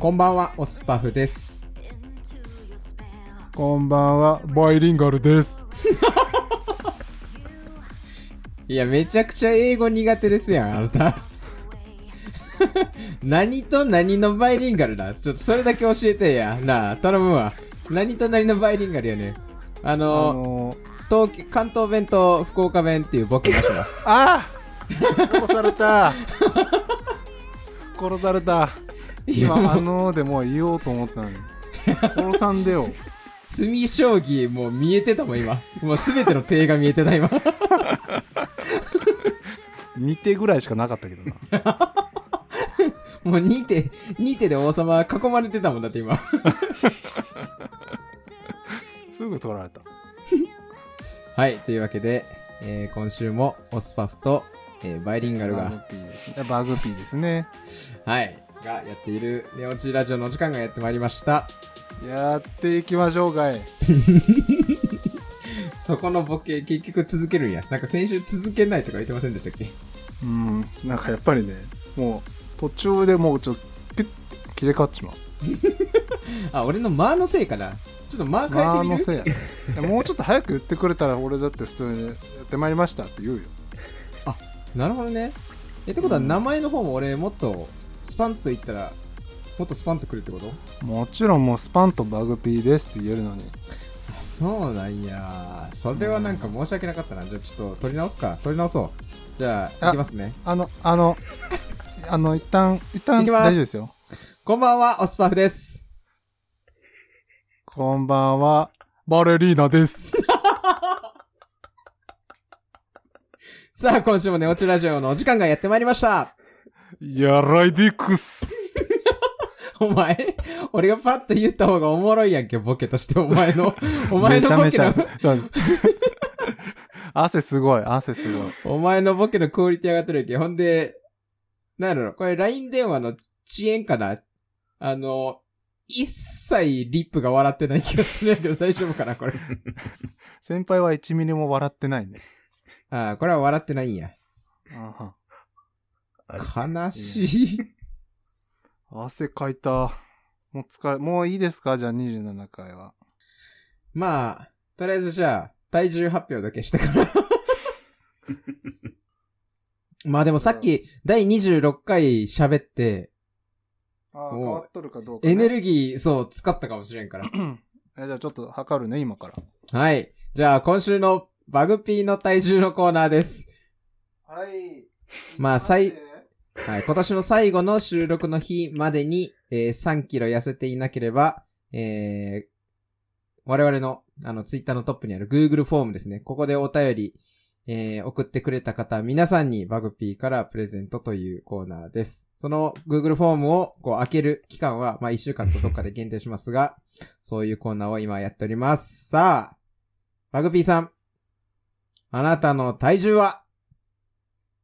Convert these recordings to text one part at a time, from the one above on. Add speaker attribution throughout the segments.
Speaker 1: こんばんは、オスパフです。
Speaker 2: こんばんは、バイリンガルです。
Speaker 1: いや、めちゃくちゃ英語苦手ですやん、あなた。 何と何のバイリンガルだちょっとそれだけ教えてや。なあ、頼むわ。何と何のバイリンガルやね。あ
Speaker 2: あ
Speaker 1: の、
Speaker 2: のー、
Speaker 1: 東京関東弁と福岡弁っていうボケました。
Speaker 2: あー殺された 殺された
Speaker 1: いや、
Speaker 2: 今、
Speaker 1: も
Speaker 2: あ
Speaker 1: う
Speaker 2: のーでもう言おうと思ったのに。殺さんでよ。
Speaker 1: 罪将棋もう見えてたもん、今。もうすべての手が見えてた、今。
Speaker 2: 2手ぐらいしかなかったけどな。
Speaker 1: もう2手、2手で王様囲まれてたもんだって、今。
Speaker 2: すぐ取られた。
Speaker 1: はい、というわけで、えー今週もオスパフと、えーバイリンガル
Speaker 2: バグ
Speaker 1: が、
Speaker 2: ピーですね。バグピーですね。
Speaker 1: はい、がやっているネオチーラジオのお時間がやってまいりました。
Speaker 2: やっていきましょうかい。
Speaker 1: そこのボケ、結局続けるんや。なんか先週続けないとか言ってませんでしたっけ
Speaker 2: うん、なんかやっぱりね、もう途中でもうちょっとピュッて切れ替わっちまう。
Speaker 1: あ、俺の間のせいかな。ちょっと間変
Speaker 2: まあ、
Speaker 1: え
Speaker 2: の
Speaker 1: てみる
Speaker 2: せいやね。いやもうちょっと早く言ってくれたら俺だって普通にやってまいりましたって言うよ。
Speaker 1: なるほどね。え、ってことは名前の方も俺もっとスパンと言ったら、もっとスパンとくるってこと
Speaker 2: もちろんもうスパンとバグピーですって言えるのに
Speaker 1: あそうなんや。それはなんか申し訳なかったな。じゃあちょっと取り直すか。取り直そう。じゃあ、
Speaker 2: あ
Speaker 1: いきますね。
Speaker 2: あのあの あの一旦一旦
Speaker 1: いきます
Speaker 2: 大丈夫ですよ
Speaker 1: こんばんは、オスパフです。
Speaker 2: こんばんはバレリーナです
Speaker 1: さあ、今週もね、オチラジオのお時間がやってまいりました。
Speaker 2: やらいでくっす
Speaker 1: お前、俺がパッと言った方がおもろいやんけ、ボケとして、お前 の、お前のボ
Speaker 2: め
Speaker 1: ケ
Speaker 2: ちゃめち
Speaker 1: の、
Speaker 2: ゃちょ 汗すごい汗すごい
Speaker 1: お前のボケのクオリティ上がってるやんけ。ほんで、なんだろう、これ LINE 電話の遅延かなあの、一切リップが笑ってない気がするんやけど、大丈夫かな、 これ。
Speaker 2: 先輩は1ミリも笑ってないね
Speaker 1: ああ、これは笑ってないんや。
Speaker 2: あ
Speaker 3: あれ
Speaker 1: 悲しい。
Speaker 2: は汗かいたもう疲れもういいですかじゃあ27回は
Speaker 1: まあ、とりあえずじゃあ、体重発表だけして から。まあでもさっき、第26回喋って、
Speaker 2: あ
Speaker 1: ー変わっ
Speaker 2: とるかどう
Speaker 1: エネルギー、そう、使ったかもしれんから。
Speaker 2: じゃあちょっと測るね今から
Speaker 1: はい。じゃあ、今週のバグピーの体重のコーナーです。
Speaker 2: はい
Speaker 1: まあ最はい。今年の最後の収録の日までに、えー3キロ痩せていなければ、えー我々の、あの、ツイッターのトップにある Google フォームですね。ここでお便り、えー送ってくれた方、皆さんにバグピーからプレゼントというコーナーです。その Google フォームをこう開ける期間は、まあ、1週間とどっかで限定しますが、 そういうコーナーを今やっております。さあ、バグピーさん。あなたの体重は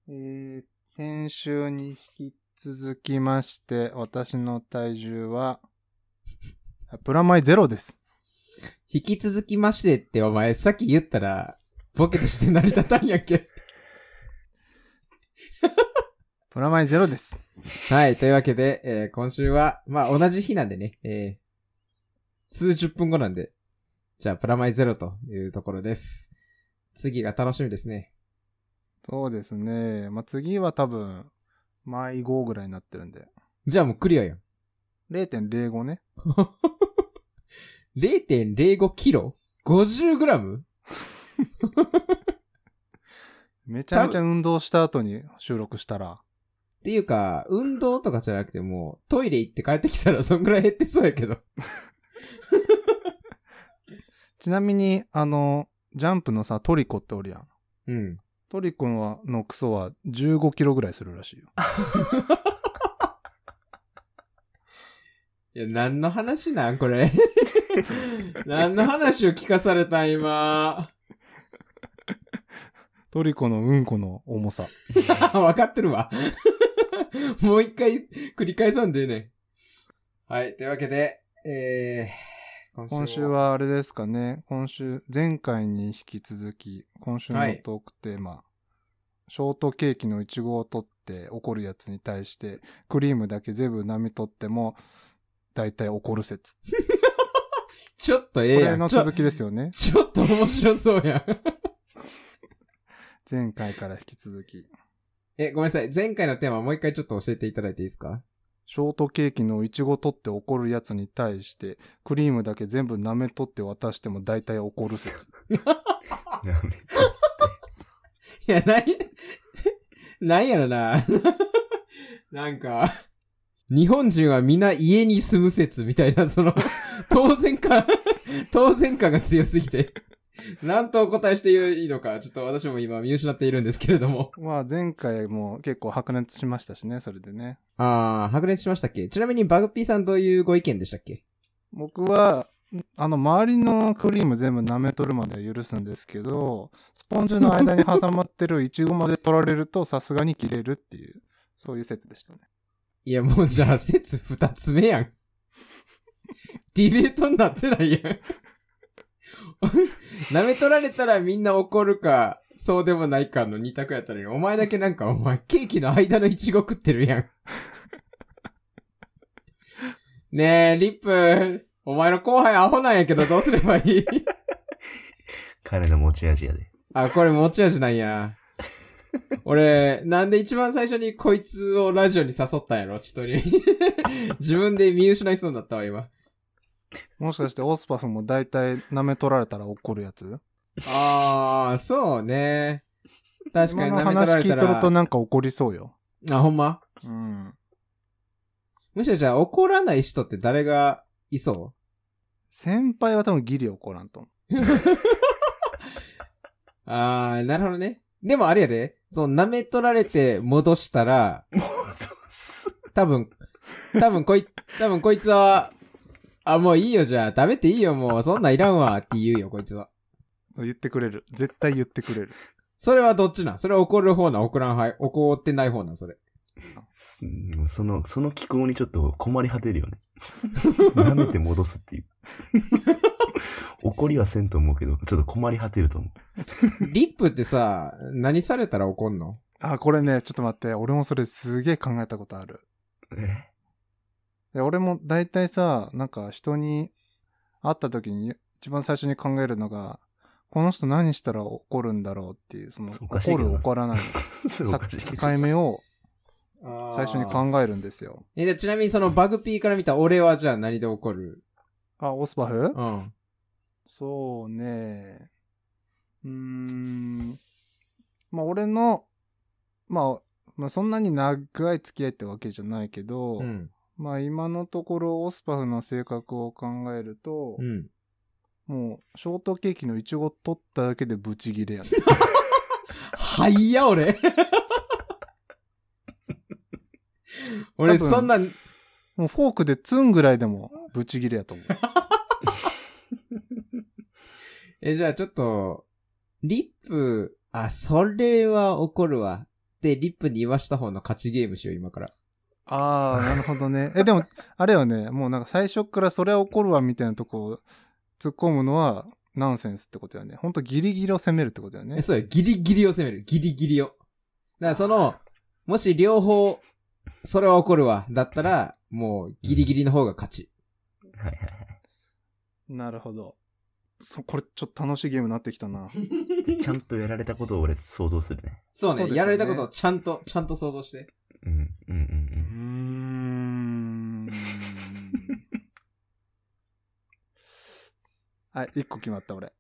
Speaker 2: えー先週に引き続きまして、私の体重は、プラマイゼロです。
Speaker 1: 引き続きましてってお前さっき言ったら、ボケとして成り立たんやっけ。
Speaker 2: プラマイゼロです。
Speaker 1: はい、というわけで、えー今週は、まあ同じ日なんでね、えー数十分後なんで、じゃあプラマイゼロというところです。次が楽しみですね。
Speaker 2: そうですね。まあ、次は多分、マイ5ぐらいになってるんで。
Speaker 1: じゃあもうクリアよ。
Speaker 2: 0.05ね。
Speaker 1: 0.05キロ ?50 グラム
Speaker 2: めちゃめちゃ運動した後に収録したら、
Speaker 1: っていうか、運動とかじゃなくてもう、トイレ行って帰ってきたらそんぐらい減ってそうやけど。
Speaker 2: ちなみに、あの、ジャンプのさ、トリコっておるやん。
Speaker 1: うん。
Speaker 2: トリコはのクソは15キロぐらいするらしいよ。
Speaker 1: いや、何の話なんこ れ。何の話を聞かされたん今。
Speaker 2: トリコのうんこの重さ。
Speaker 1: あわかってるわ。 もう一回繰り返さんでええねん。はい、というわけで、えー、
Speaker 2: 今週。はあれですかね。今週、前回に引き続き、今週のトークテーマ、ショートケーキのイチゴを取って怒るやつに対して、クリームだけ全部舐め取っても、大体起こる説。こ
Speaker 1: ちょっとええや
Speaker 2: れ
Speaker 1: ん。
Speaker 2: の
Speaker 1: ちょ
Speaker 2: 続きですよね。
Speaker 1: ちょっと面白そうやん。
Speaker 2: 前回から引き続き。
Speaker 1: え、ごめんなさい。前回のテーマもう一回ちょっと教えていただいていいですか
Speaker 2: ショートケーキのイチゴ取って怒るやつに対して、クリームだけ全部舐め取って渡しても大体怒る説。
Speaker 3: なんで
Speaker 1: いや、ない、 なんやろな。 なんか、日本人は皆家に住む説みたいな、そ の、当然感、当然感が強すぎて、なんとお答えしていいのか、ちょっと私も今見失っているんですけれども。
Speaker 2: まあ前回も結構白熱しましたしね、それでね。
Speaker 1: あー、白熱しましたっけちなみにバグピーさんどういうご意見でしたっけ
Speaker 2: 僕は、あの、周りのクリーム全部舐め取るまでは許すんですけど、スポンジの間に挟まって るイチゴまで取られるとさすがに切れるっていう、そういう説でしたね。
Speaker 1: いや、もうじゃあ、説二つ目やん。ディベートになってないやん。舐め取られたらみんな怒るか、そうでもないかの二択やったのに、お前だけなんか、お前、ケーキの間のイチゴ食ってるやん。ねえ、リップ、お前の後輩アホなんやけど、どうすればいい
Speaker 3: 彼の持ち味やで。
Speaker 1: あ、これ持ち味なんや。俺、なんで一番最初にこいつをラジオに誘ったんやろちょっとに。 自分で見失いそうになったわ、今。
Speaker 2: もしかしてオスパフも大体舐め取られたら怒るやつ
Speaker 1: あー、そうね。確かに
Speaker 2: 今
Speaker 1: 舐
Speaker 2: の
Speaker 1: め取ら
Speaker 2: 話
Speaker 1: れた
Speaker 2: 聞いてると
Speaker 1: ら。
Speaker 2: なんか怒りそうよ。
Speaker 1: あ、ほんま
Speaker 2: うん。
Speaker 1: むしろじゃあ怒らない人って誰がいそ
Speaker 2: 先輩は多分ギリ怒らんと思う。
Speaker 1: うあー、なるほどね。でもあれやで、その舐め取られて戻したら、 多分、多分こい、多分こいつは、あ、もういいよじゃあ、食べていいよもう、そんなんいらんわって言うよ、こいつは。
Speaker 2: 言ってくれる。絶対言ってくれる。
Speaker 1: それはどっちなんそれは怒る方なん怒らんはい、怒ってない方なんそれ。
Speaker 3: すもうその、その気候にちょっと困り果てるよ ね。舐めて戻すっていう。怒りはせんと思うけど、ちょっと困り果てると思う。
Speaker 1: リップってさ、何されたら怒んの
Speaker 2: あ、これね、ちょっと待って。俺もそれすげえ考えたことある。
Speaker 3: え
Speaker 2: いや俺も大体さ、なんか人に会った時に一番最初に考えるのが、この人何したら怒るんだろうっていう、その
Speaker 3: そうおかしい
Speaker 2: 怒
Speaker 3: けど
Speaker 2: る
Speaker 3: な
Speaker 2: 怒らないの
Speaker 3: それお
Speaker 2: さ
Speaker 3: かしい。
Speaker 2: 境目を
Speaker 1: 最
Speaker 2: 最初に考えるんですよ。
Speaker 1: え、じゃあちなみにそのバグピーから見た俺はじゃあ何で怒る
Speaker 2: あ、オスパフ
Speaker 1: うん。
Speaker 2: そうね。うーん。まあ俺の、まあ、まあそんなに長い付き合いってわけじゃないけど、
Speaker 1: うん。
Speaker 2: まあ今のところオスパフの性格を考えると、
Speaker 1: うん。
Speaker 2: もうショートケーキのイチゴ取っただけでブチギレやね。
Speaker 1: はいや、俺。俺、
Speaker 2: 多分
Speaker 1: そんな、
Speaker 2: もうフォークでツンぐらいでもブチギレやと思う。
Speaker 1: え、じゃあちょっと、リップ、あ、それは怒るわ。で、リップに言わした方の勝ちゲームしよう、今から。
Speaker 2: ああ、なるほどね。 え、でも、あれはね、もうなんか最初からそれは怒るわみたいなとこを突っ込むのはナンセンスってことだよね。ほんとギリギリを攻めるってことだよ
Speaker 1: え、
Speaker 2: ね。
Speaker 1: そうよ。ギリギリを攻める。ギリギリを。だからその、もし両方、それは怒るわ。だったら、もうギリギリの方が勝ち。
Speaker 3: はいはいは
Speaker 2: なるほど。そ、これちょっと楽しいゲームになってきたな。
Speaker 3: いで。ちゃんとやられたことを俺想像するね。
Speaker 1: そうね。
Speaker 2: そうですよね
Speaker 1: やられたことをちゃんと、ちゃんと想像して。
Speaker 3: うん、うん、
Speaker 2: う
Speaker 3: うん
Speaker 2: ーん。はい、一個決まった俺。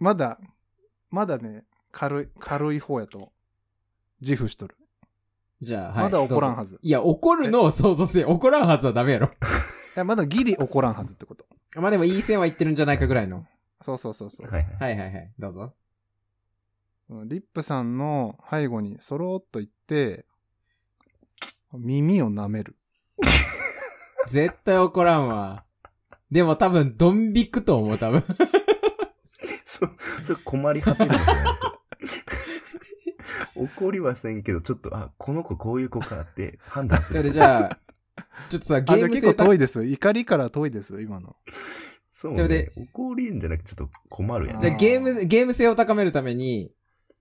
Speaker 2: まだ、まだね、軽い、軽い方やと自負しとる。
Speaker 1: じゃあ、はい。
Speaker 2: まだ怒らんは
Speaker 1: ず。
Speaker 2: ず。
Speaker 1: いや、怒るのを想像せよ。怒らんはずはダメやろ。
Speaker 2: いや、まだギリ怒らんはずってこと。
Speaker 1: まあでもいい線は言ってるんじゃないかぐらいの。
Speaker 2: そうそうそうそう
Speaker 3: うん。。はいはい。
Speaker 1: はいはいはい。どうぞ。
Speaker 2: リップさんの背後にそろっと行って、耳を舐める。
Speaker 1: 絶対怒らんわ。でも多分、ドン引くと思う、多 分。
Speaker 3: そ、それ困り果てるんですよね。怒りはせんけど、ちょっと、あ、この子こういう子かって判断す
Speaker 1: それ
Speaker 3: る。
Speaker 1: でじゃあ、ちょっとさ、ゲ
Speaker 2: あ、じゃ
Speaker 1: ー
Speaker 2: あ
Speaker 1: ム
Speaker 2: 結
Speaker 1: 性
Speaker 2: 構
Speaker 1: 高
Speaker 2: 遠
Speaker 1: い。
Speaker 2: いです。怒りから遠いです、今の。
Speaker 3: そう
Speaker 1: それ
Speaker 3: ね。
Speaker 1: で
Speaker 3: 怒りんじゃなくてちょっと困るやん、
Speaker 1: で
Speaker 2: あー
Speaker 1: ゲーム、ゲーム性を高めるために、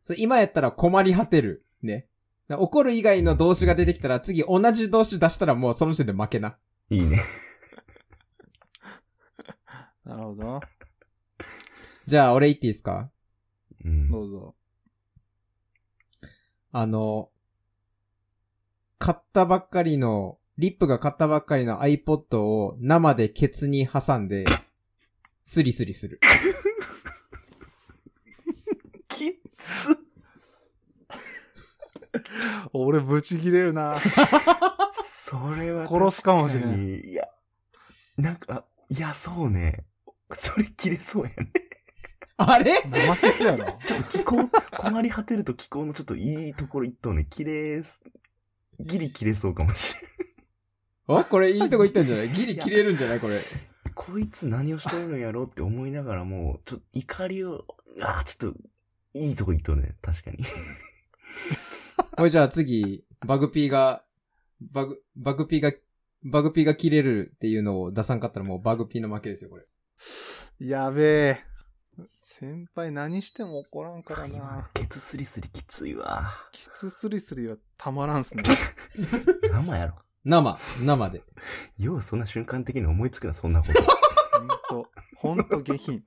Speaker 1: そう今やったら困り果てる。ね。だから怒る以外の動詞が出てきたら、次同じ動詞出したらもうその時点で負けな。
Speaker 3: いいね。
Speaker 2: なるほど。
Speaker 1: じゃあ、俺言っていいですか
Speaker 3: うん。
Speaker 2: どうぞ。
Speaker 1: あの、買ったばっかりの、リップが買ったばっかりの iPod を生でケツに挟んで、スリスリする。
Speaker 3: きっ
Speaker 2: 俺、ブチ切れるな。
Speaker 3: つそれ は
Speaker 2: 殺すかもしれ
Speaker 3: 確か
Speaker 2: ん。
Speaker 3: にいや、なんか、いや、そうね。それ切れそうやね。
Speaker 1: あれ
Speaker 2: 生ケツやろ。
Speaker 3: ちょっと気 候、困り果てると気候のちょっといいところ一等ね、切れす、ギリ切れそうかもしれん。
Speaker 1: あこれいいとこ行ったんじゃないギリ切れるんじゃないこれ。
Speaker 3: こいつ何をしてるんやろうって思いながらもう、ちょっと怒りを、ああ、ちょっと、いいとこ行っとるね。確かに。
Speaker 1: ほいじゃあ次、バグピーが、バグ、バグピーが、バグピーが切れるっていうのを出さんかったらもうバグピーの負けですよ、これ。
Speaker 2: やべえ。先輩何しても怒らんから
Speaker 3: 今
Speaker 2: な。
Speaker 3: ケツスリスリきついわ。
Speaker 2: キツスリスリはたまらんっすね。
Speaker 3: 生やろ。
Speaker 1: 生、生で。
Speaker 3: ようそんな瞬間的に思いつくな、そんなこと。
Speaker 2: ほんと、ほんと下品。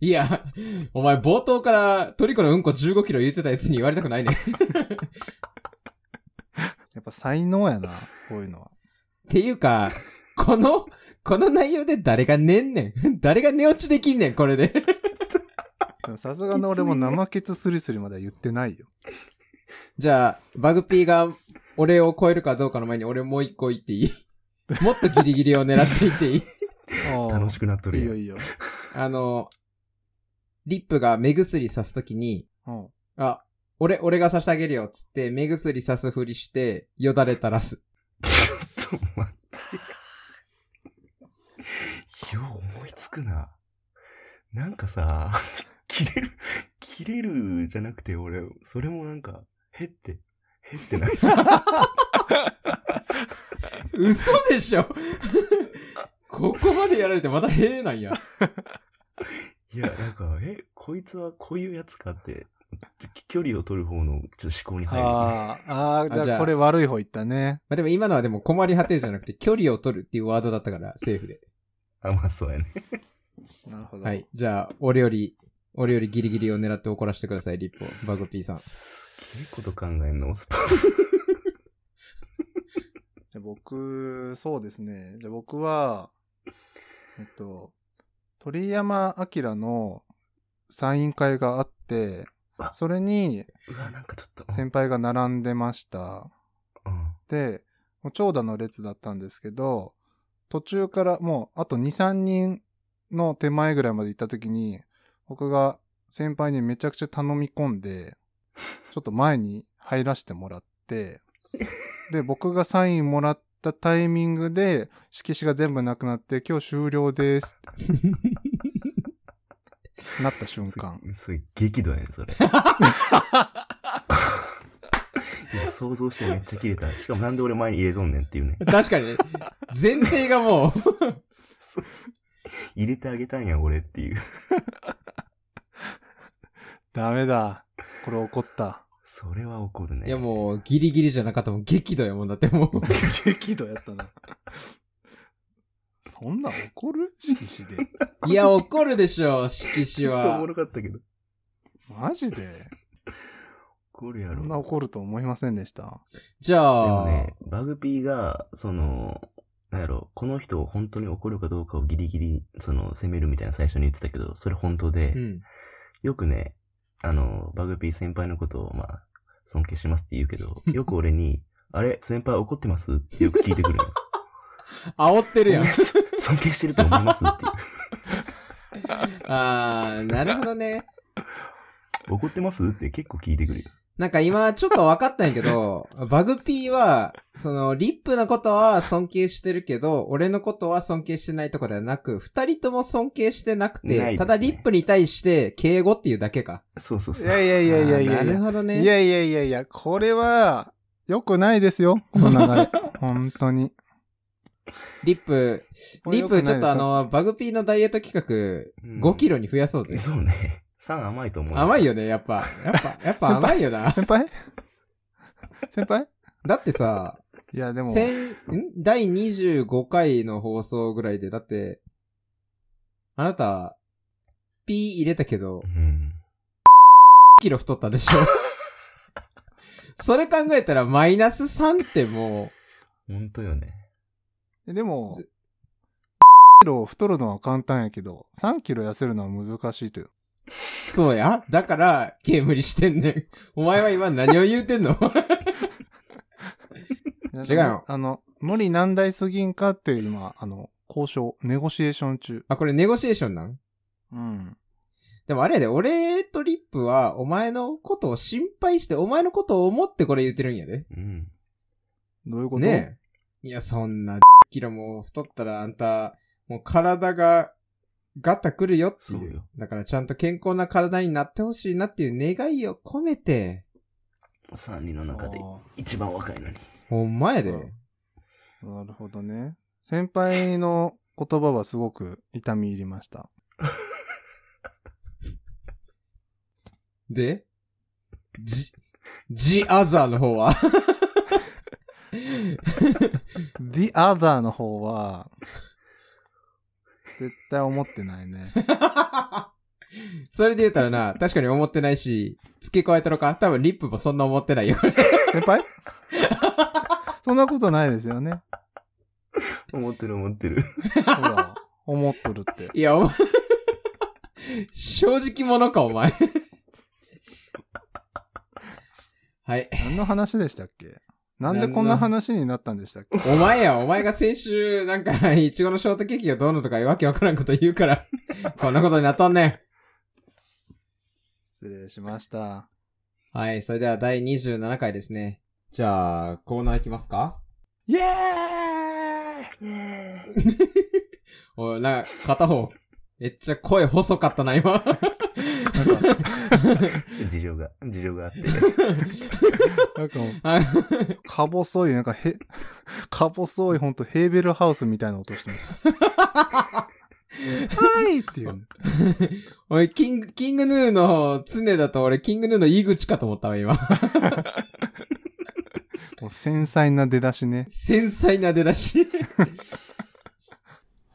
Speaker 1: いや、お前冒頭からトリコのうんこ15キロ言ってたやつに言われたくないね。
Speaker 2: やっぱ才能やな、こういうのは。
Speaker 1: っていうか、この、この内容で誰が寝んねん。誰が寝落ちできんねん、これで。
Speaker 2: でもさすがの俺も生ケツスリスリまでは言ってないよ。
Speaker 1: じゃあ、バグピーが俺を超えるかどうかの前に俺もう一個言っていいもっとギリギリを狙っていっていい
Speaker 2: ああ
Speaker 3: 楽しくなっと
Speaker 2: いい
Speaker 3: るや
Speaker 2: よ
Speaker 3: ん。
Speaker 2: いいよ。
Speaker 1: あの、リップが目薬さすときに、
Speaker 2: うん。
Speaker 1: あ、俺、俺がさしてあげるよ、つって目薬さすふりして、よだれ垂らす。
Speaker 3: ちょっと待って。よう思いつくな。なんかさ、 切れる、切れるじゃなくて俺、それもなんか、へって、へってない さ。
Speaker 1: 嘘でしょ ここまでやられてまたへえなんや。
Speaker 3: いや、なんか、え、こいつはこういうやつかって、距離を取る方のちょっと思考に入るよね。
Speaker 2: ああ、ああ、
Speaker 1: あ
Speaker 2: じ
Speaker 1: じ
Speaker 2: ゃ
Speaker 1: ゃ
Speaker 2: あ
Speaker 1: あ
Speaker 2: これ悪い方言ったね。
Speaker 1: まあ、でも今のはでも困り果てるじゃなくて、距離を取るっていうワードだったから、セーフで。
Speaker 3: あ、まあそうやね。
Speaker 2: なるほど。
Speaker 1: はい。。じゃあ、俺より、俺よりギリギリを狙って怒らせてください、リップを。バグピーさん。
Speaker 3: 切ること考えんのスパ
Speaker 2: じゃあ僕、そうですね。じゃあ僕は、えっと、鳥山明のサイン会があって、それに
Speaker 3: うわ、なんかちょっと。
Speaker 2: 先輩が並んでました。
Speaker 3: うん
Speaker 2: で、もう長蛇の列だったんですけど、途中からもうあと2、3人の手前ぐらいまで行った時に、僕が先輩にめちゃくちゃ頼み込んで、ちょっと前に入らせてもらって、で、僕がサインもらったタイミングで、色紙が全部なくなって、今日終了ですってなった瞬間。
Speaker 3: すすごい激怒やねそれ。いや、想像してめっちゃ切れた。しかもなんで俺前に入れとんねんっていうね。
Speaker 1: 確かにね、前提がもう、
Speaker 3: そうそう入れてあげたんや、俺っていう。
Speaker 2: ダメだ。これ怒った。
Speaker 3: それは怒るね。
Speaker 1: いやもう、ギリギリじゃなかったもん、激怒やもんだってもう。
Speaker 2: 激怒やったな。 そんなん怒る色紙で。
Speaker 1: いや、怒るでしょ、色紙
Speaker 3: ちょっ とお
Speaker 1: は
Speaker 3: も。ろかったけど。
Speaker 2: マジで
Speaker 3: 怒るや
Speaker 2: そ
Speaker 3: ろ。
Speaker 2: んな怒ると思いませんでした。
Speaker 1: じ
Speaker 3: で
Speaker 1: ゃ
Speaker 3: も
Speaker 1: あ、
Speaker 3: ね、バグピーが、その、なんやろ、この人を本当に怒るかどうかをギリギリ、その、責めるみたいな最初に言ってたけど、それ本当で、
Speaker 1: うん。
Speaker 3: よくね、あの、バグピー先輩のことを、まあ、尊敬しますって言うけ ど、よく俺に、あれ、先輩怒ってますってよく聞いてくるの よ
Speaker 1: 煽ってるやん。
Speaker 3: 尊敬してると思いますっていう。
Speaker 1: あー、なるほどね。
Speaker 3: 怒ってますって結構聞いてくるよ。
Speaker 1: なんか今ちょっと分かったんやけど、バグピーは、その、リップのことは尊敬してるけど、俺のことは尊敬してないとかではなく、二人とも尊敬してなく
Speaker 3: ない
Speaker 1: て、
Speaker 3: ですね
Speaker 1: ただリップに対して敬語っていうだけか。
Speaker 3: そうそう
Speaker 2: い
Speaker 3: そう。
Speaker 2: やいやいやいやい
Speaker 1: あ
Speaker 2: や
Speaker 1: ーな
Speaker 2: い
Speaker 1: る
Speaker 2: や。
Speaker 1: ほどね。
Speaker 2: いやいやいやいや、これは、良くないですよ。この流れ。 本当に。
Speaker 1: リップ、
Speaker 2: これ
Speaker 1: リ
Speaker 2: 良
Speaker 1: ッ
Speaker 2: くない
Speaker 1: プちょっとあの、バグピーのダイエット企
Speaker 3: う
Speaker 1: 画、
Speaker 3: ん
Speaker 1: 5キロに増やそうぜ。
Speaker 3: そうね。酸甘いと思う。
Speaker 1: 甘い。よね、やっぱ。やっぱ、やっぱ甘いよ な。
Speaker 2: 先輩先輩
Speaker 1: だってさ、
Speaker 2: いやでも、
Speaker 1: 先ん第25回の放送ぐらいで、だって、あなた、ピー入れたけど
Speaker 3: う、ん。
Speaker 1: 1キロ太ったでしょ。それ考えたらマイナス3っても
Speaker 3: ほんとよね。
Speaker 2: えでも、
Speaker 1: ず
Speaker 2: 1キロ太るのは簡単やけど、3キロ痩せるのは難しいという。
Speaker 1: う、そうや。だから、ゲームにしてんねん。お前は今何を言うてんの 違うよ
Speaker 2: あの、無理難題すぎんかっていう今、あの、交渉、ネゴシエーション中。
Speaker 1: あ、これネゴシエーションなん
Speaker 2: うん。
Speaker 1: でもあれやで、俺とリップは、お前のことを心配して、お前のことを思ってこれ言ってるんやで。
Speaker 3: うん。
Speaker 2: どういうこと
Speaker 1: ねえ。いや、そんな、キロも太ったらあんた、もう体が、ガタくるよって
Speaker 3: そ
Speaker 1: いうう
Speaker 3: よ。
Speaker 1: だからちゃんと健康な体になってほしいなっていう願いを込めて、
Speaker 3: 3人の中で
Speaker 2: あー
Speaker 3: 一番若いのに。
Speaker 1: ほんまやで。
Speaker 2: うんなるほどね。先輩の言葉はすごく痛み入りま した。
Speaker 1: で、じ、ジアザーの方は
Speaker 2: The other の方は、絶対思ってないね。
Speaker 1: それで言ったらな、確かに思ってないし、付け加えたのか多分リップもそんな思ってないよ。
Speaker 2: 先 輩そんなことないですよね。
Speaker 3: 思ってる思ってる。
Speaker 2: ほら、思っとる って。
Speaker 1: いや、お前正直者か、お前。はい。
Speaker 2: 何の話でしたっけなんでこんな話になったんでしたっけ
Speaker 1: お前や、お前が先週、なんか、いちごのショートケーキがどうのとかわけわからんこと言うから、こんなことになったんね
Speaker 2: 失礼しました。
Speaker 1: ん。はい、それでは第27回ですね。じゃあ、コーナーいきますか
Speaker 2: イエーイ
Speaker 1: おい、なんか、片方、めっちゃ声細かったな、今。
Speaker 3: ちょ 事情が、事情があって。
Speaker 2: なんかもう、
Speaker 1: あ
Speaker 2: か細い、なんかへ、 か細い、ほんとヘーベルハウスみたいな音してます。はいっていうね。
Speaker 1: おい、キング、キングヌーの常だと俺、キングヌーの井口かと思ったわ、今。
Speaker 2: もう繊細な出だしね。
Speaker 1: 繊細な出だし。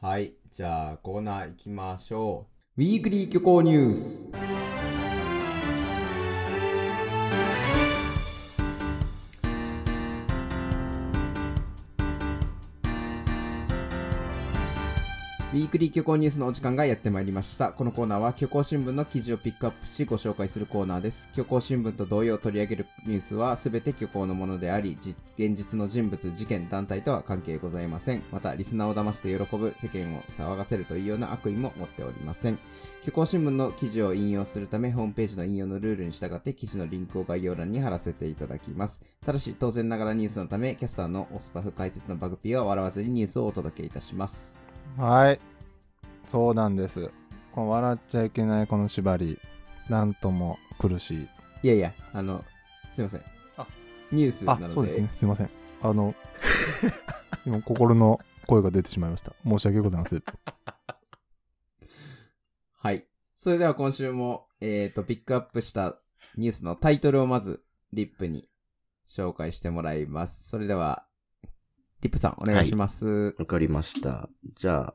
Speaker 1: はい。じゃあ、コーナー行きましょう。ウィークリー虚構ニュース。ウィークリー虚構ニュースのお時間がやってまいりました。このコーナーは虚構新聞の記事をピックアップしご紹介するコーナーです。虚構新聞と同様取り上げるニュースは全て虚構のものであり、じ現実の人物、事件、団体とは関係ございません。また、リスナーを騙して喜ぶ、世間を騒がせるというような悪意も持っておりません。虚構新聞の記事を引用するため、ホームページの引用のルールに従って記事のリンクを概要欄に貼らせていただきます。ただし、当然ながらニュースのため、キャスターのオスパフ解説のバグピーは笑わずにニュースをお届けいたします。
Speaker 2: はい。そうなんです。この笑っちゃいけないこの縛り。なんとも苦しい。
Speaker 1: いやいや、あの、すいません。
Speaker 2: あ
Speaker 1: ニュースな
Speaker 2: あ
Speaker 1: ので。、
Speaker 2: そうですね。すいません。あの、 今心の声が出てしまいました。申し訳ございません。
Speaker 1: はい。それでは今週も、えっ、と、ピックアップしたニュースのタイトルをまず、リップに紹介してもらいます。それでは、リップさん、お願いします。
Speaker 4: わかりました。じゃあ、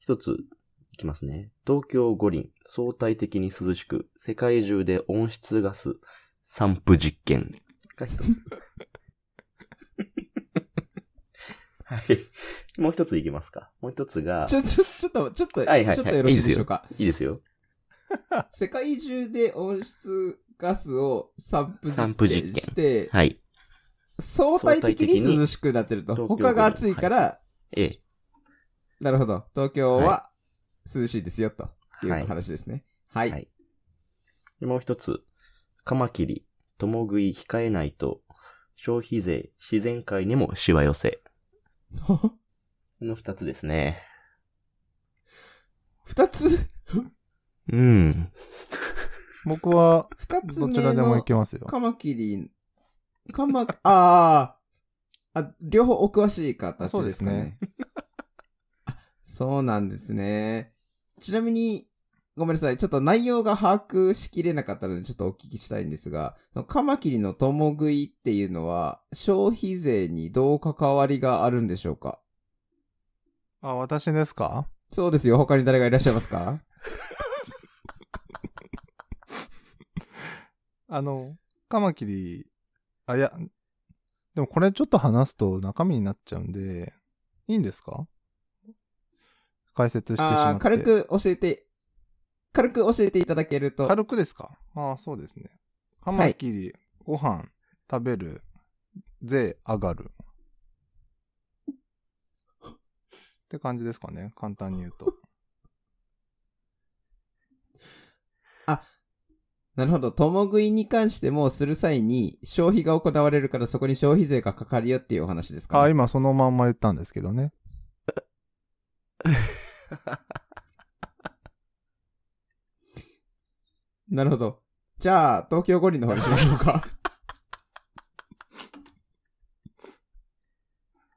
Speaker 4: 一ついきますね。東京五輪、相対的に涼しく、世界中で温室ガス散布実験が一 つ。はい。もう一ついきますか。もう一つが、
Speaker 1: ちょ、ちょ、ちょっと、ちょっと、
Speaker 4: はいはいはい
Speaker 1: ちょっとよろしいでしょうか。
Speaker 4: いいですよ。
Speaker 1: 世界中で温室ガスを散布
Speaker 4: 散布実験
Speaker 1: して、
Speaker 4: はい。
Speaker 1: 相対的に涼しくなってると。
Speaker 4: 相対的に
Speaker 1: 他が暑いから、
Speaker 4: ええ。
Speaker 1: なるほど。東京は涼しいですよ、という話ですね。はい。
Speaker 4: はいでもう一つ、カマキリ、共食い控えないと、消費税、自然界にもしわ寄せ。この二つですね。
Speaker 1: 二つ、
Speaker 4: うん。
Speaker 2: 僕は、
Speaker 1: 二つ
Speaker 2: ど
Speaker 1: 目
Speaker 2: ちらでもい
Speaker 1: の
Speaker 2: けますよ。
Speaker 1: カマキリ、カマ、 あーあ、両方お詳しい方
Speaker 2: そう
Speaker 1: で
Speaker 2: ですす
Speaker 1: か
Speaker 2: ね
Speaker 1: ね。あ そうなんですね。ちなみに、ごめんなさい。ちょっと内容が把握しきれなかったので、ちょっとお聞きしたいんですが、そのカマキリの共食いっていうのは、消費税にどう関わりがあるんでしょうか
Speaker 2: あ、私ですか
Speaker 1: そうですよ。他に誰がいらっしゃいますか
Speaker 2: あの、カマキリ、あ、いや、でもこれちょっと話すと中身になっちゃうんで、いいんですか解説 してしま
Speaker 1: あ
Speaker 2: っ
Speaker 1: ー
Speaker 2: て。
Speaker 1: 軽。く教えて、軽く教えていただけると。
Speaker 2: 軽くですかああ、そうですね。カマキリ、ご飯、食べる、税、上がる。って感じですかね。簡単に言う と。
Speaker 1: なるほど。共食いに関してもする際に消費が行われるからそこに消費税がかかるよっていうお話ですか、
Speaker 2: ああ、
Speaker 1: ね、
Speaker 2: 今そのまんま言ったんですけどね。
Speaker 1: なるほど。じゃあ、東京五輪の方にしましょうか。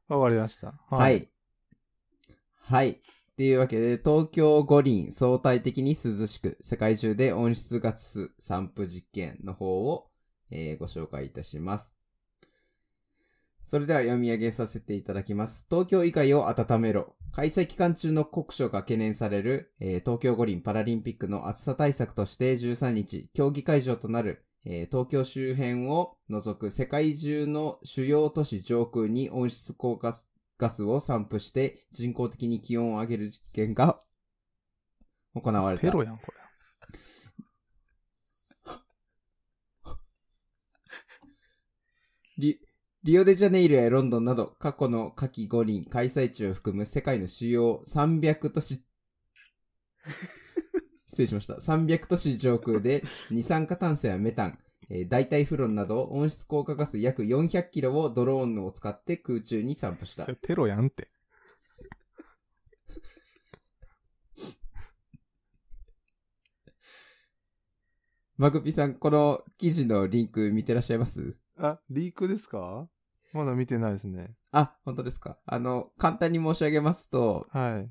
Speaker 2: わかりました。
Speaker 1: は。い。はい。っていうわけで、東京五輪相対的に涼しく、世界中で温室ガス散布実験の方を、えーご紹介いたします。それでは読み上げさせていただきます。東京以外を温めろ。開催期間中の酷暑が懸念される、えー東京五輪パラリンピックの暑さ対策として13日、競技会場となる、えー東京周辺を除く世界中の主要都市上空に温室効果ガスを散布して人工的に気温を上げる実験が行われた。
Speaker 2: ペロやん、これ。
Speaker 1: リリオデジャネイロやロンドンなど、過去の夏季五輪開催地を含む世界の主要300都市、失礼しました。300都市上空で二酸化炭素やメタン、えー代替フロンなど温室効果ガス約400キロをドローンを使って空中に散布 した。
Speaker 2: テロやんって。
Speaker 1: マグピさん、この記事のリンク見てらっしゃいます
Speaker 2: あ、リークですかまだ見てないですね。
Speaker 1: あ、本当ですか。あの、簡単に申し上げますと、
Speaker 2: はい。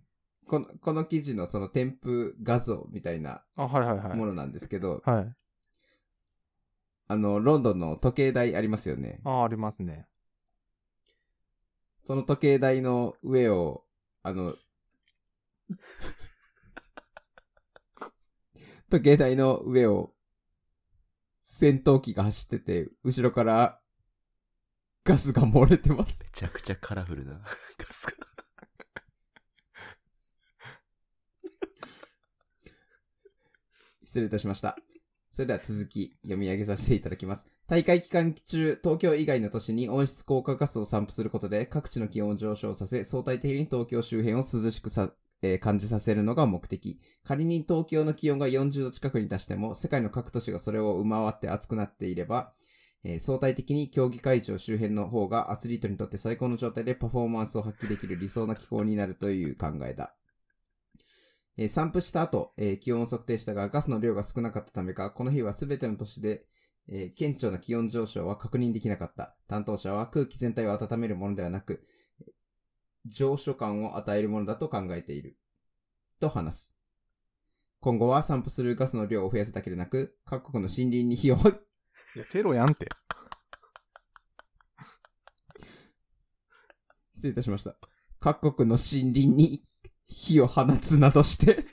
Speaker 1: この、この記事のその添付画像みたいな
Speaker 2: あ、はいはいはい
Speaker 1: も。のなんですけど、
Speaker 2: はい。
Speaker 1: あの、ロンドンの時計台ありますよね。
Speaker 2: あ、ありますね。
Speaker 1: その時計台の上を、あの、時計台の上を、戦闘機が走ってて、後ろから、ガスが漏れてます。
Speaker 4: めちゃくちゃカラフルなガスが。
Speaker 1: 失礼いたしました。それでは続き読み上げさせていただきます。大会期間中、東京以外の都市に温室効果ガスを散布することで各地の気温を上昇させ、相対的に東京周辺を涼しくさ、えー感じさせるのが目的。仮に東京の気温が40度近くに達しても、世界の各都市がそれを上回って暑くなっていれば、えー相対的に競技会場周辺の方がアスリートにとって最高の状態でパフォーマンスを発揮できる理想な気候になるという考えだ。えー散布した後、えー気温を測定したが、ガスの量が少なかったためか、この日は全ての都市で、えー顕著な気温上昇は確認できなかった。担当者は空気全体を温めるものではなく、上昇感を与えるものだと考えている。と話す。今後は散布するガスの量を増やすだけでなく、各国の森林に火を
Speaker 2: いや、テロやんって。
Speaker 1: 失礼いたしました。各国の森林に火を放つなどして、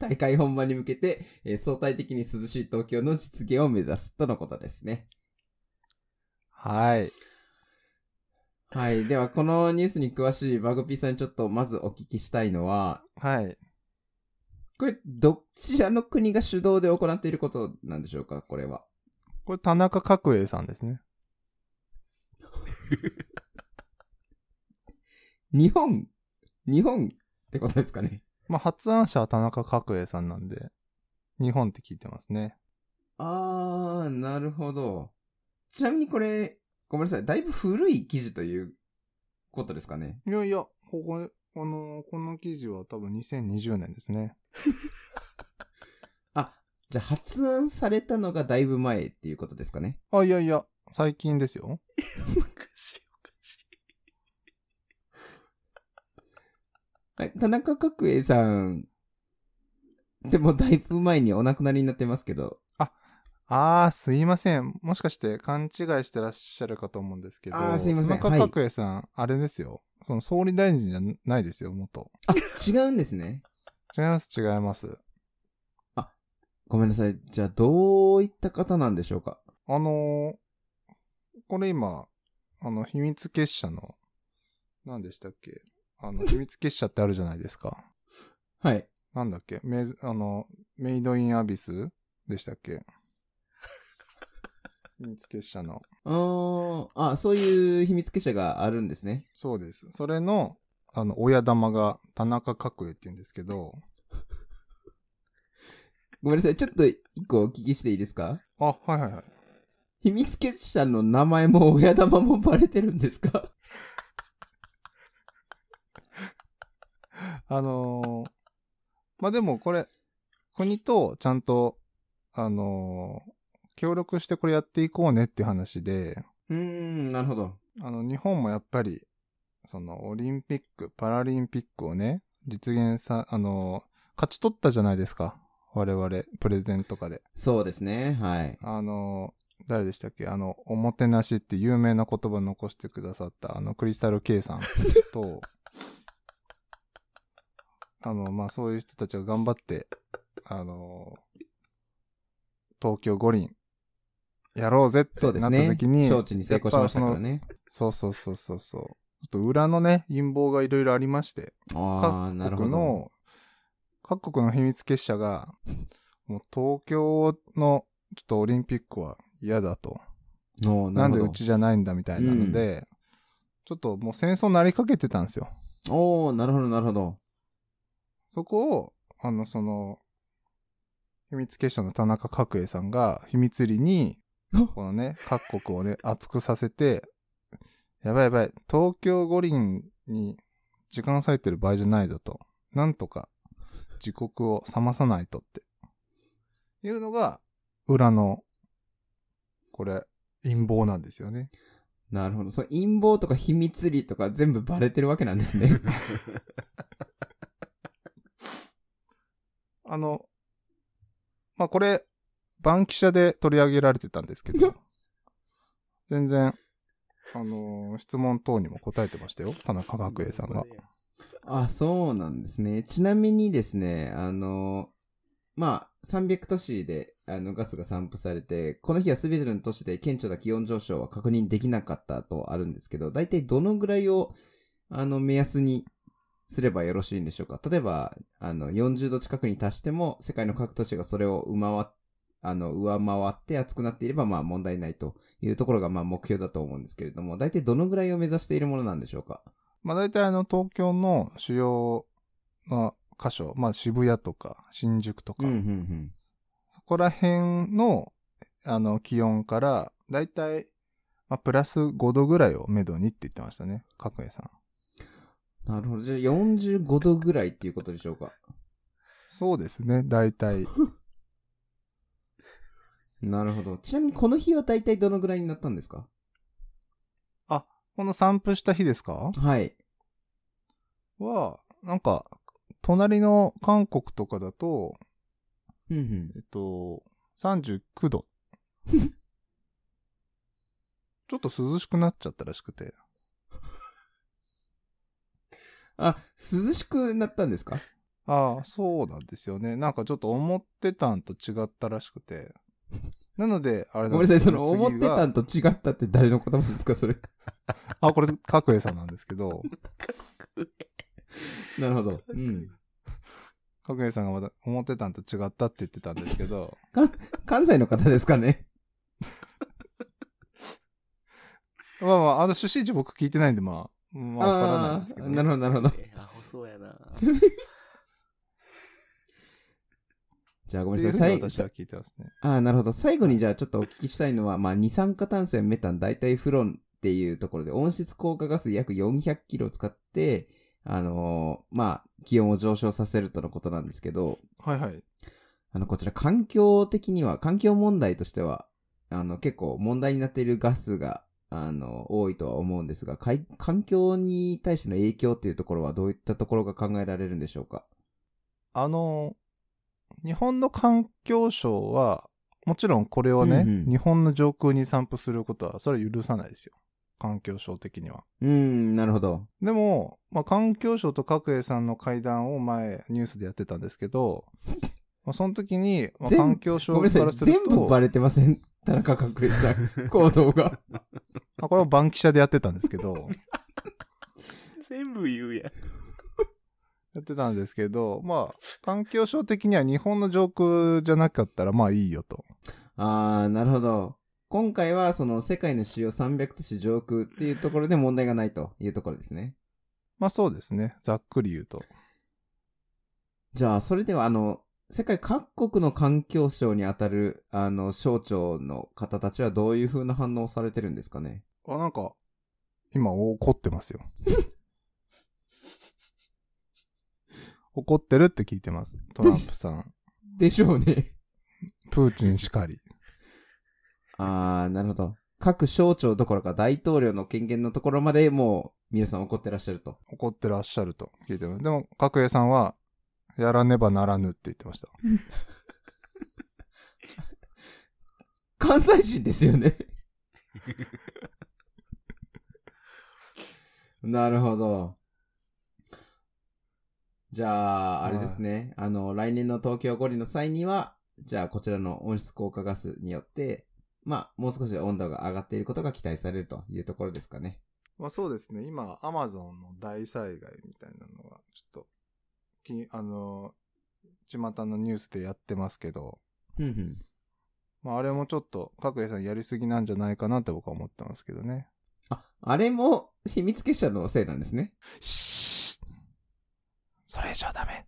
Speaker 1: 大会本番に向けて、えー相対的に涼しい東京の実現を目指すとのことですね。
Speaker 2: はい。
Speaker 1: はい。では、このニュースに詳しいバグピーさんにちょっとまずお聞きしたいのは、
Speaker 2: はい。
Speaker 1: これ、どちらの国が主導で行っていることなんでしょうかこれは。
Speaker 2: これ、田中角栄さんですね。
Speaker 1: 日本、日本ってことですかね。
Speaker 2: まあ、発案者は田中角栄さんなんで、日本って聞いてますね。
Speaker 1: あー、なるほど。ちなみにこれ、ごめんなさい。だいぶ古い記事ということですかね。
Speaker 2: いやいや、ここ、あのーこの記事は多分2020年ですね。
Speaker 1: じゃあ、発案されたのがだいぶ前っていうことですかね。
Speaker 2: あ、いやいや、最近ですよ。
Speaker 4: おかしいおかしい。
Speaker 1: はい田中角栄さん、でもだいぶ前にお亡くなりになってますけど、
Speaker 2: あー、すいません。もしかして勘違いしてらっしゃるかと思うんですけど。
Speaker 1: あーすいません
Speaker 2: 田
Speaker 1: はい
Speaker 2: 中角栄さん、あれですよ。その総理大臣じゃないですよ、元。
Speaker 1: あ、違うんですね。
Speaker 2: 違います、違います。
Speaker 1: ごめんなさい。じゃあ、どういった方なんでしょうか
Speaker 2: あのーこれ今、あの、秘密結社の、何でしたっけあの、秘密結社ってあるじゃないですか。
Speaker 1: はい。
Speaker 2: なんだっけメイズ、あの、メイドインアビスでしたっけ秘密結社の。
Speaker 1: あーあ、そういう秘密結社があるんですね。
Speaker 2: そうです。それの、あの、親玉が田中角栄って言うんですけど、
Speaker 1: ごめんなさい。ちょっと一個お聞きしていいですか
Speaker 2: あ、はいはいはい。
Speaker 1: 秘密結社の名前も親玉もバレてるんですか
Speaker 2: あのーまあ、でもこれ、国とちゃんと、あのー協力してこれやっていこうねっていう話で、
Speaker 1: うーん、なるほど。
Speaker 2: あの、日本もやっぱり、その、オリンピック、パラリンピックをね、実現さ、あの、勝ち取ったじゃないですか。我々、プレゼンとかで。
Speaker 1: そうですね。はい。
Speaker 2: あの、誰でしたっけあの、おもてなしって有名な言葉残してくださった、あの、クリスタル K さんと、 あの、まあ、そういう人たちが頑張って、あの、東京五輪、やろうぜって
Speaker 1: そ
Speaker 2: な
Speaker 1: う
Speaker 2: っ
Speaker 1: で
Speaker 2: た
Speaker 1: すね。
Speaker 2: 時に、
Speaker 1: 招致に成功しましたからね。
Speaker 2: そうそうそうそうそう。ちょっと裏のね、陰謀がいろいろありまして、
Speaker 1: ああ、なるほ
Speaker 2: 各国
Speaker 1: ど。
Speaker 2: の、各国の秘密結社が、もう東京のちょっとオリンピックは嫌だと。
Speaker 1: おーなる
Speaker 2: なん
Speaker 1: ほ
Speaker 2: で
Speaker 1: ど
Speaker 2: うちじゃないんだみたいなので、ちょっともう戦争になりかけてたんですよ。
Speaker 1: おーなるほど、なるほど。
Speaker 2: そこを、あの、その、秘密結社の田中角栄さんが秘密裏に、このね、各国をね、 熱くさせて、やばいやばい、東京五輪に時間割いてる場合じゃないぞと。なんとか、自国を冷まさないとって。いうのが、裏の、これ、陰謀なんですよね。
Speaker 1: なるほど。その陰謀とか秘密裏とか全部バレてるわけなんですね。
Speaker 2: あの、まあ、これ、バンキシャで取り上げられてたんですけど、全然、あのー質問等にも答えてましたよ。田中角栄さんが。
Speaker 1: あ、そうなんですね。ちなみにですね、あの、まあ、300都市であのガスが散布されて、この日は全ての都市で顕著な気温上昇は確認できなかったとあるんですけど、大体どのぐらいをあの目安にすればよろしいんでしょうか例えば、あの、40度近くに達しても、世界の各都市がそれを上回っあの、上回って暑くなっていれば、まあ問題ないというところが、まあ目標だと思うんですけれども、大体どのぐらいを目指しているものなんでしょうか
Speaker 2: まあ、大体あの、東京の主要な箇所、まあ、渋谷とか、新宿とか、
Speaker 1: ん。
Speaker 2: そこら辺の、あの、気温から、大体、まあ、プラス5度ぐらいをめどにって言ってましたね。角栄さん。
Speaker 1: なるほど。じゃあ45度ぐらいっていうことでしょうか。
Speaker 2: そうですね、大体。
Speaker 1: なるほど。ちなみにこの日は大体どのぐらいになったんですか
Speaker 2: この散布した日ですか
Speaker 1: はい。
Speaker 2: は、なんか、隣の韓国とかだと、
Speaker 1: うんうん
Speaker 2: えっと、39度。 ちょっと涼しくなっちゃったらしくて。
Speaker 1: あ、涼しくなったんですか
Speaker 2: ああ、そうなんですよね。なんかちょっと思ってたんと違ったらしくて。なので、あれ
Speaker 1: ごめ
Speaker 2: な
Speaker 1: ん
Speaker 2: ん
Speaker 1: なさい、その
Speaker 2: 次が
Speaker 1: 思ってたんと違ったって誰の言葉ですかそれ。
Speaker 2: あ、これ、角栄さんなんです けど、
Speaker 1: なるほど。うん。
Speaker 2: 角栄さんがまた思ってたんと違ったって言ってたんですけど、
Speaker 1: 関西の方ですかね
Speaker 2: まあまあ、あの出身地僕聞いてないんで、まあ、まあ、わからないんですけど、
Speaker 1: あーなるほど、なるほど。
Speaker 4: え、アホそうやな。
Speaker 1: じゃあご
Speaker 2: っ
Speaker 1: め
Speaker 2: て
Speaker 1: ん
Speaker 2: い
Speaker 1: な
Speaker 2: うふう
Speaker 1: さい。
Speaker 2: に私
Speaker 1: さ
Speaker 2: はい聞いてますね。
Speaker 1: あーなるほど。最後にじゃあちょっとお聞きしたいのは、まあ、二酸化炭素やメタン、大体フロンっていうところで、温室効果ガス約400キロを使って、あのーまあ、気温を上昇させるとのことなんですけど、
Speaker 2: はいはい。
Speaker 1: あの、こちら環境的には、環境問題としては、あの、結構問題になっているガスが、あの、多いとは思うんですが、かい環境に対しての影響っていうところはどういったところが考えられるんでしょうか
Speaker 2: あの、日本の環境省は、もちろんこれをね、
Speaker 1: うんうん
Speaker 2: 日本の上空に散布することは、それは許さないですよ。環境省的には。
Speaker 1: うん、なるほど。
Speaker 2: でも、まあ、環境省と角栄さんの会談を前、ニュースでやってたんですけど、まあ、その時に、まあ、
Speaker 1: 全部
Speaker 2: 環境省
Speaker 1: ごめんなさ
Speaker 2: か
Speaker 1: い
Speaker 2: ら、する
Speaker 1: 全部
Speaker 2: と、
Speaker 1: バレてません。田中角栄さん、行動が。
Speaker 2: まあ、これをバンキシャでやってたんですけど、
Speaker 4: 全部言うやん。
Speaker 2: やってたんですけど、まあ、環境省的には日本の上空じゃなかったら、まあいいよと。
Speaker 1: あー、なるほど。今回は、その、世界の主要300都市上空っていうところで問題がないというところですね。
Speaker 2: まあそうですね。ざっくり言うと。
Speaker 1: じゃあ、それでは、あの、世界各国の環境省にあたる、あの、省庁の方たちはどういう風な反応をされてるんですかね
Speaker 2: あ、なんか、今怒ってます よ。怒ってるって聞いてます。トランプさん。
Speaker 1: でしょうね。
Speaker 2: プーチンしかり。
Speaker 1: あー、なるほど。各省庁どころか大統領の権限のところまでもう、皆さん怒ってらっしゃると。
Speaker 2: 怒ってらっしゃると聞いてます。でも、角栄さんは、やらねばならぬって言ってました。
Speaker 1: 関西人ですよね。なるほど。じゃあ、あれですね。あの、来年の東京五輪の際には、じゃあ、こちらの温室効果ガスによって、まあ、もう少し温度が上がっていることが期待されるというところですかね。
Speaker 2: まあそうですね。今、アマゾンの大災害みたいなのが、ちょっと、きあの、巷のニュースでやってますけど、
Speaker 1: うんうん。
Speaker 2: まああれもちょっと、角栄さんやりすぎなんじゃないかなって僕は思ってますけどね。
Speaker 1: あ、あれも秘密結社のせいなんですね。
Speaker 2: しそれ以上ダメ。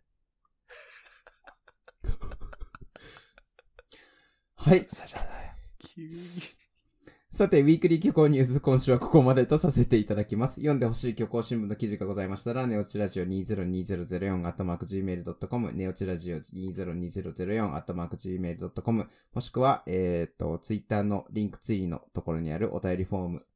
Speaker 1: はい。
Speaker 2: それ以上ダメ。
Speaker 1: さて、ウィークリー虚構ニュース、今週はここまでとさせていただきます。読んでほしい虚構新聞の記事がございましたら、ネオチラジオ202004、アットマーク Gmail.com、ネオチラジオ202004、アットマーク Gmail.com、もしくは、えっ、と、ツイッターのリンクツリーのところにあるお便りフォーム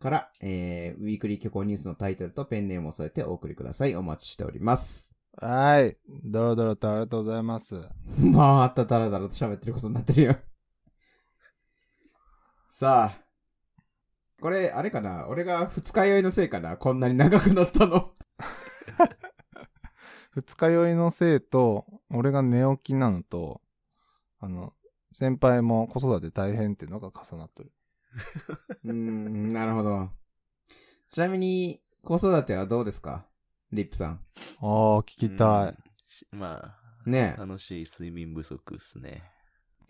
Speaker 1: から、えー、ウィークリー虚構ニュースのタイトルとペンネームを添えてお送りください。お待ちしております。
Speaker 2: はい。ドロドロとありがとうございます。
Speaker 1: まただらだらと喋ってることになってるよ。 さあ。これ、あれかな俺が二日酔いのせいかなこんなに長くなったの。
Speaker 2: 二日酔いのせいと、俺が寝起きなのと、あの、先輩も子育て大変っていうのが重なってる。
Speaker 1: うーん、なるほど。ちなみに、子育てはどうですかリップさん。
Speaker 2: ああ、聞きたい。
Speaker 4: い。まあ、
Speaker 1: ねえ
Speaker 4: 楽しい睡眠不足っすね。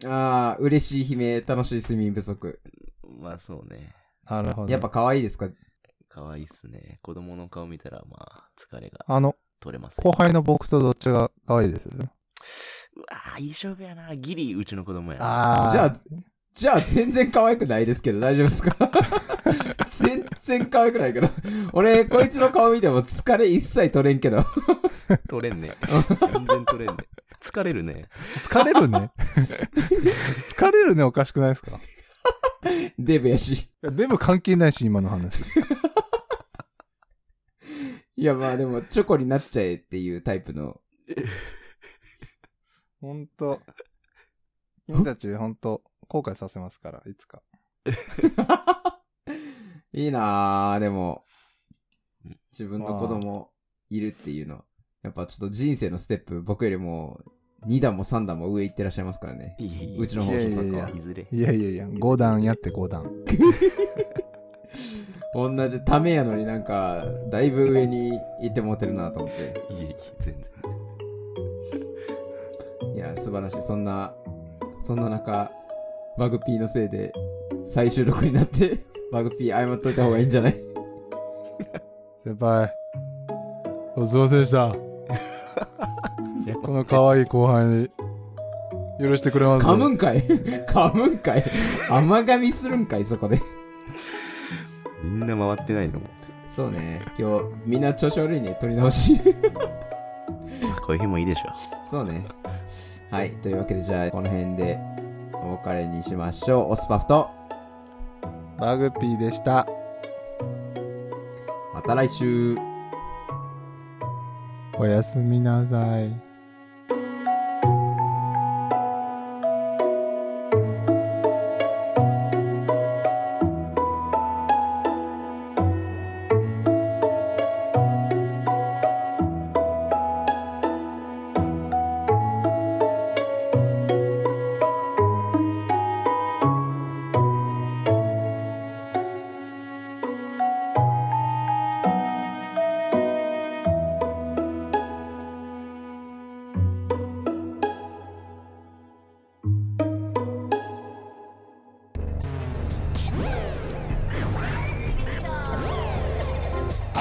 Speaker 1: あー、嬉しい悲鳴、楽しい睡眠不足。
Speaker 4: まあそうね。
Speaker 2: なるほど。
Speaker 1: やっぱ、可愛いですか
Speaker 4: 可愛いっすね。子供の顔見たら、まあ、疲れが
Speaker 2: あの、
Speaker 4: 取れます、
Speaker 2: 後輩の僕とどっちが可愛いです
Speaker 4: うわあ、いい勝負やな。ギリ、うちの子供やな。
Speaker 2: あ
Speaker 1: じゃあ、じゃあ全然可愛くないですけど大丈夫 ですか全然可愛くないから。俺、こいつの顔見ても疲れ一切取れんけど。
Speaker 4: 取れんね。全然取れんね。疲れるね。
Speaker 2: 疲れる ね。疲れるね、おかしくないですかい
Speaker 1: デブやし。
Speaker 2: やデブ関係ないし、今の話。
Speaker 1: いや、まあでも、チョコになっちゃえっていうタイプの。
Speaker 2: ほん と。君たち、ほんと、後悔させますから、いつか。
Speaker 1: いいなぁ、でも。自分の子供いるっていうの。やっぱちょっと人生のステップ、僕よりも2段も3段も上行ってらっしゃいますからね。
Speaker 4: いやいや
Speaker 1: うちの放
Speaker 2: 送作家
Speaker 4: い
Speaker 2: は
Speaker 4: やいやいやいずれ。
Speaker 2: いやいやいや、5段やって5段。
Speaker 1: 同じためやのになんか、だいぶ上に行ってもうてるなと思って。
Speaker 4: いやいや全然。
Speaker 1: いや、素晴らしい。そんな、そんな中、バグピーのせいで、最終録になって、バグピー謝っといた方がいいんじゃない
Speaker 2: 先輩、お疲れ様で した。この可愛い後輩に、許してくれます
Speaker 1: 噛むんかい噛むんかい甘噛みするんかいそこで。
Speaker 4: みんな回ってないのも。
Speaker 1: そうね。今日、みんな調子悪いね。取り直し。
Speaker 4: こういう日もいいでしょ。
Speaker 1: そうね。はい。というわけで、じゃあ、この辺で、お別れにしましょう。オスパフと、
Speaker 2: バグピーでした。
Speaker 1: また来週。
Speaker 2: おやすみなさい。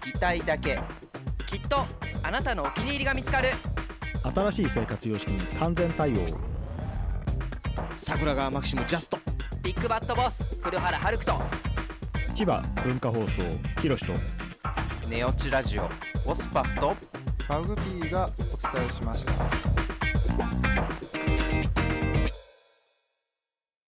Speaker 5: 聞きたいだけ。
Speaker 6: きっとあなたのお気に入りが見つかる
Speaker 7: 新しい生活様式に完全対応
Speaker 8: 桜川マキシムジャスト
Speaker 6: ビッグバットボス黒原遥人
Speaker 7: 千葉文化放送ひろしと
Speaker 5: ネオチラジオ。オスパフと
Speaker 2: マグピーがお伝えしました。